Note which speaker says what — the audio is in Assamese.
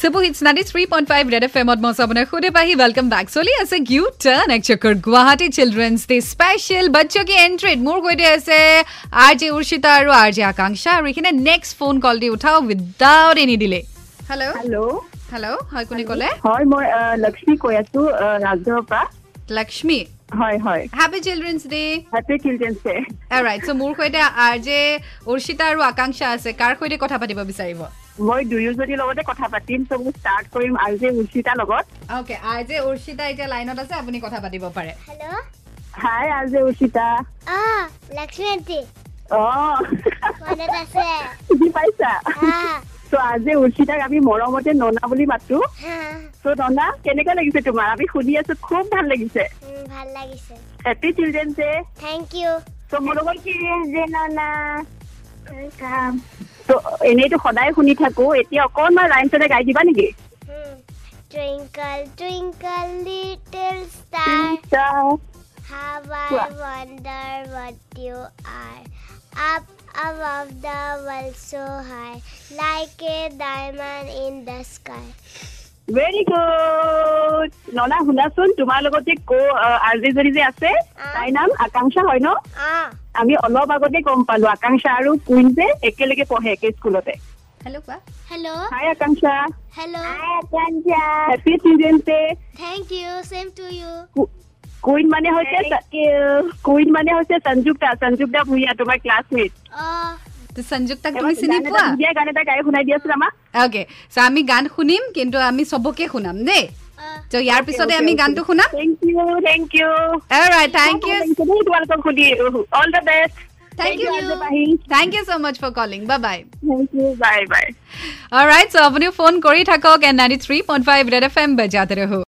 Speaker 1: Super hits ninety three point five red F এমত মই আপোনাৰ সোধে পাহি ৱেলকাম বেক চলি আছে গিউ টাৰ্ণ এক চকৰ গুৱাহাটী চিলড্ৰেনছ ডে স্পেচিয়েল বাচ্চ কি এণ্ট্ৰিত মোৰ সৈতে আছে আৰ জে উৰ্ষিতা আৰু আৰ জে আকাংক্ষা আৰু এইখিনি নেক্সট ফোন কল দি উঠাও without any delay hello'
Speaker 2: hello'
Speaker 1: hello' হয় কোনে ক'লে
Speaker 2: হয় মই আহ, লক্ষ্মী কৈ আছো আহ, ৰাজগড়ৰ পৰা
Speaker 1: লক্ষ্মী
Speaker 2: হয় হয়
Speaker 1: happy children's day
Speaker 2: happy children's day
Speaker 1: right so' মোৰ সৈতে আৰ জে উৰ্ষিতা আৰু আকাংক্ষা আছে কাৰ সৈতে কথা পাতিব বিচাৰিব
Speaker 2: মই দুয়োজনীৰ লগতে কথা পাতিম চ' মই ষ্টাৰ্ট কৰিম আৰু যে উৰ্ষিতাৰ লগত
Speaker 1: অ'কে আৰ জে উৰ্ষিতা এতিয়া লাইনত আছে আপুনি কথা পাতিব পাৰে
Speaker 3: హలో
Speaker 2: হাই আৰু যে উৰ্ষিতা
Speaker 3: ఆ లక్ష్మి అంటే
Speaker 2: অ
Speaker 3: మొదటసే
Speaker 2: বুজি পাইছা
Speaker 3: ఆ
Speaker 2: চ' আজি উৰ্ষিতাক আমি মৰমতে ননা বুলি মাতো
Speaker 3: హా
Speaker 2: চ' ননা কেনেকুৱা লাগিছে তোমাৰ আমি শুনি আছো খুব ভাল লাগিছে
Speaker 3: ভাল লাগিছে
Speaker 2: happy children's day
Speaker 3: thank you
Speaker 2: so' মোৰ লগত চিলড্ৰেনছ ডে ননা চ' এনেইতো সদায় শুনি থাকো এতিয়া অকণমান লাইন চাইন গাই দিবা নেকি
Speaker 3: Hmm. Twinkle twinkle little star
Speaker 2: so'
Speaker 3: how I wonder what you are up above the world so high like a diamond in the sky
Speaker 2: very good ননা শুনাচোন তোমাৰ লগত যে ক আৰ্জিজনী যে আছে তাইৰ নাম আকাংক্ষা হয় ন
Speaker 3: ah
Speaker 2: আমি অলপ আগতে গম পালো আকাংক্ষা আৰু কুইন যে একেলগে পঢ়ে একে স্কুলতে
Speaker 1: হেল্ল' কোৱা
Speaker 3: hello
Speaker 2: hi Akanksha
Speaker 3: hello
Speaker 2: happy children day
Speaker 3: thank you same to you
Speaker 2: queen মানে হৈছে কুইন মানে হৈছে সঞ্জুক্তা সঞ্জুক্তা ভূঞা তোমাৰ ক্লাছমেট
Speaker 3: oh
Speaker 1: ত' সঞ্জুক্তাক তুমি চিনি পোৱা
Speaker 2: ভূঞা গান এটা গাই শুনাই দিয়াচোন আমাক
Speaker 1: অ'কে চ' আমি গান শুনিম কিন্তু আমি চবকে শুনাম দেই
Speaker 3: ah
Speaker 1: ত' ইয়াৰ পিছতে আমি গানটো শুনাম
Speaker 2: thank you thank you
Speaker 1: thank you
Speaker 2: তোমালোকক সুধি all the best
Speaker 1: thank you thank you so' much for calling বা bye
Speaker 2: thank you bye bye
Speaker 1: right so' আপুনিও ফোন কৰি থাকক এন ninety three point five red F M বজাতে ৰহো